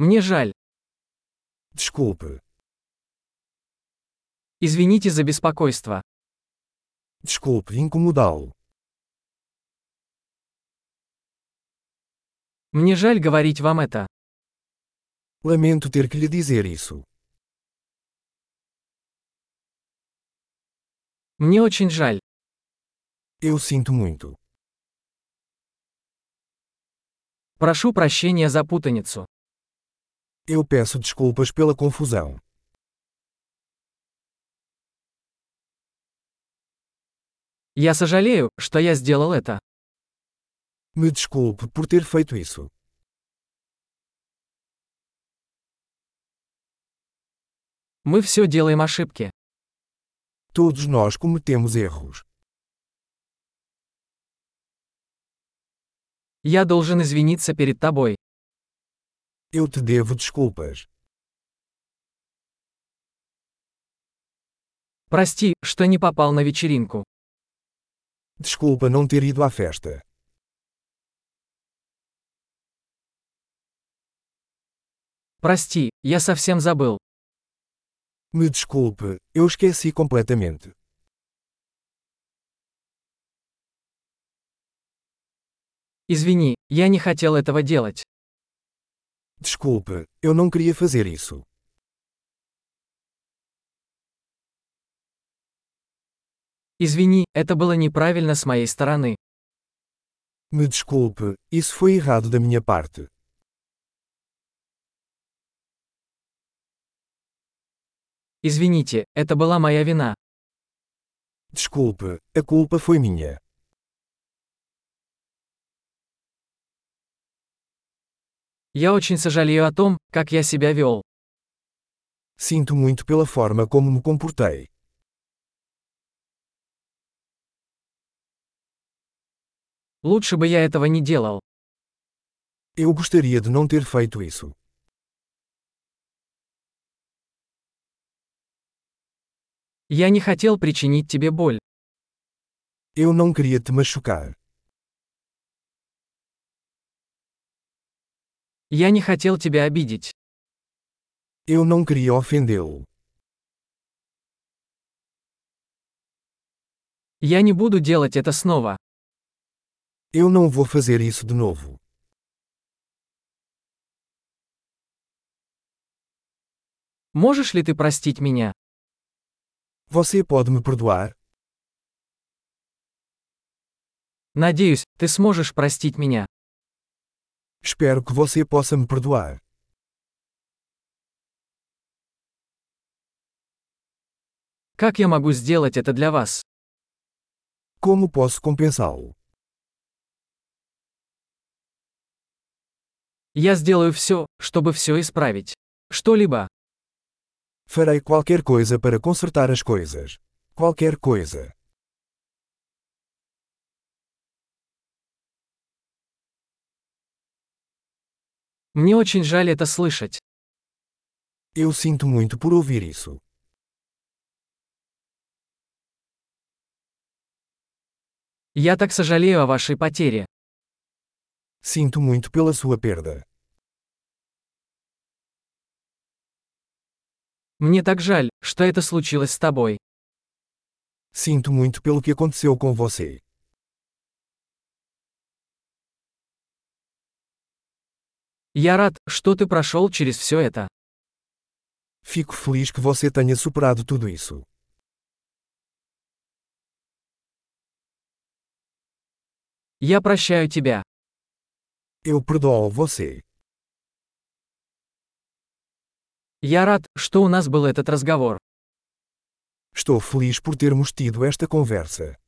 Мне жаль. Desculpe. Извините за беспокойство. Desculpe incomodá-lo. Мне жаль говорить вам это. Lamento ter que lhe dizer isso. Мне очень жаль. Eu sinto muito. Прошу прощения за путаницу. Eu peço desculpas pela confusão. Я сожалею, что я сделал это. Me desculpe por ter feito isso. Мы все делаем ошибки. Todos nós cometemos erros. Я должен извиниться перед тобой. Eu te devo desculpas. Прости, что не попал на вечеринку. Desculpa não ter ido à festa. Прости, я совсем забыл. Me desculpe, eu esqueci completamente. Извини, я не хотел этого делать. Desculpe, eu não queria fazer isso. Извини, это было неправильно с моей стороны. Me desculpe, isso foi errado da minha parte. Извините, это была моя вина. Desculpe, a culpa foi minha. Я очень сожалею о том, как я себя вел. Sinto muito pela forma como me comportei. Лучше бы я этого не делал. Eu gostaria de não ter feito isso. Я не хотел причинить тебе боль. Eu não queria te machucar. Я не хотел тебя обидеть. Eu não queria ofendê-lo. Я не буду делать это снова. Eu não vou fazer isso de novo. Можешь ли ты простить меня? Você pode me perdoar? Надеюсь, ты сможешь простить меня. Espero que você possa me perdoar. Как я могу сделать это для вас? Como posso compensá-lo? Я сделаю все, чтобы все исправить. Что-либо. Farei qualquer coisa para consertar as coisas. Qualquer coisa. Мне очень жаль это слышать. Eu sinto muito por ouvir isso. Я так сожалею о вашей потере. Sinto muito pela sua perda. Мне так жаль, что это случилось с тобой. Sinto muito pelo que aconteceu com você. Я рад, что ты прошел через все это. Fico feliz que você tenha superado tudo isso. Я прощаю тебя. Eu perdoo você. Я рад, что у нас был этот разговор. Estou feliz por termos tido esta conversa.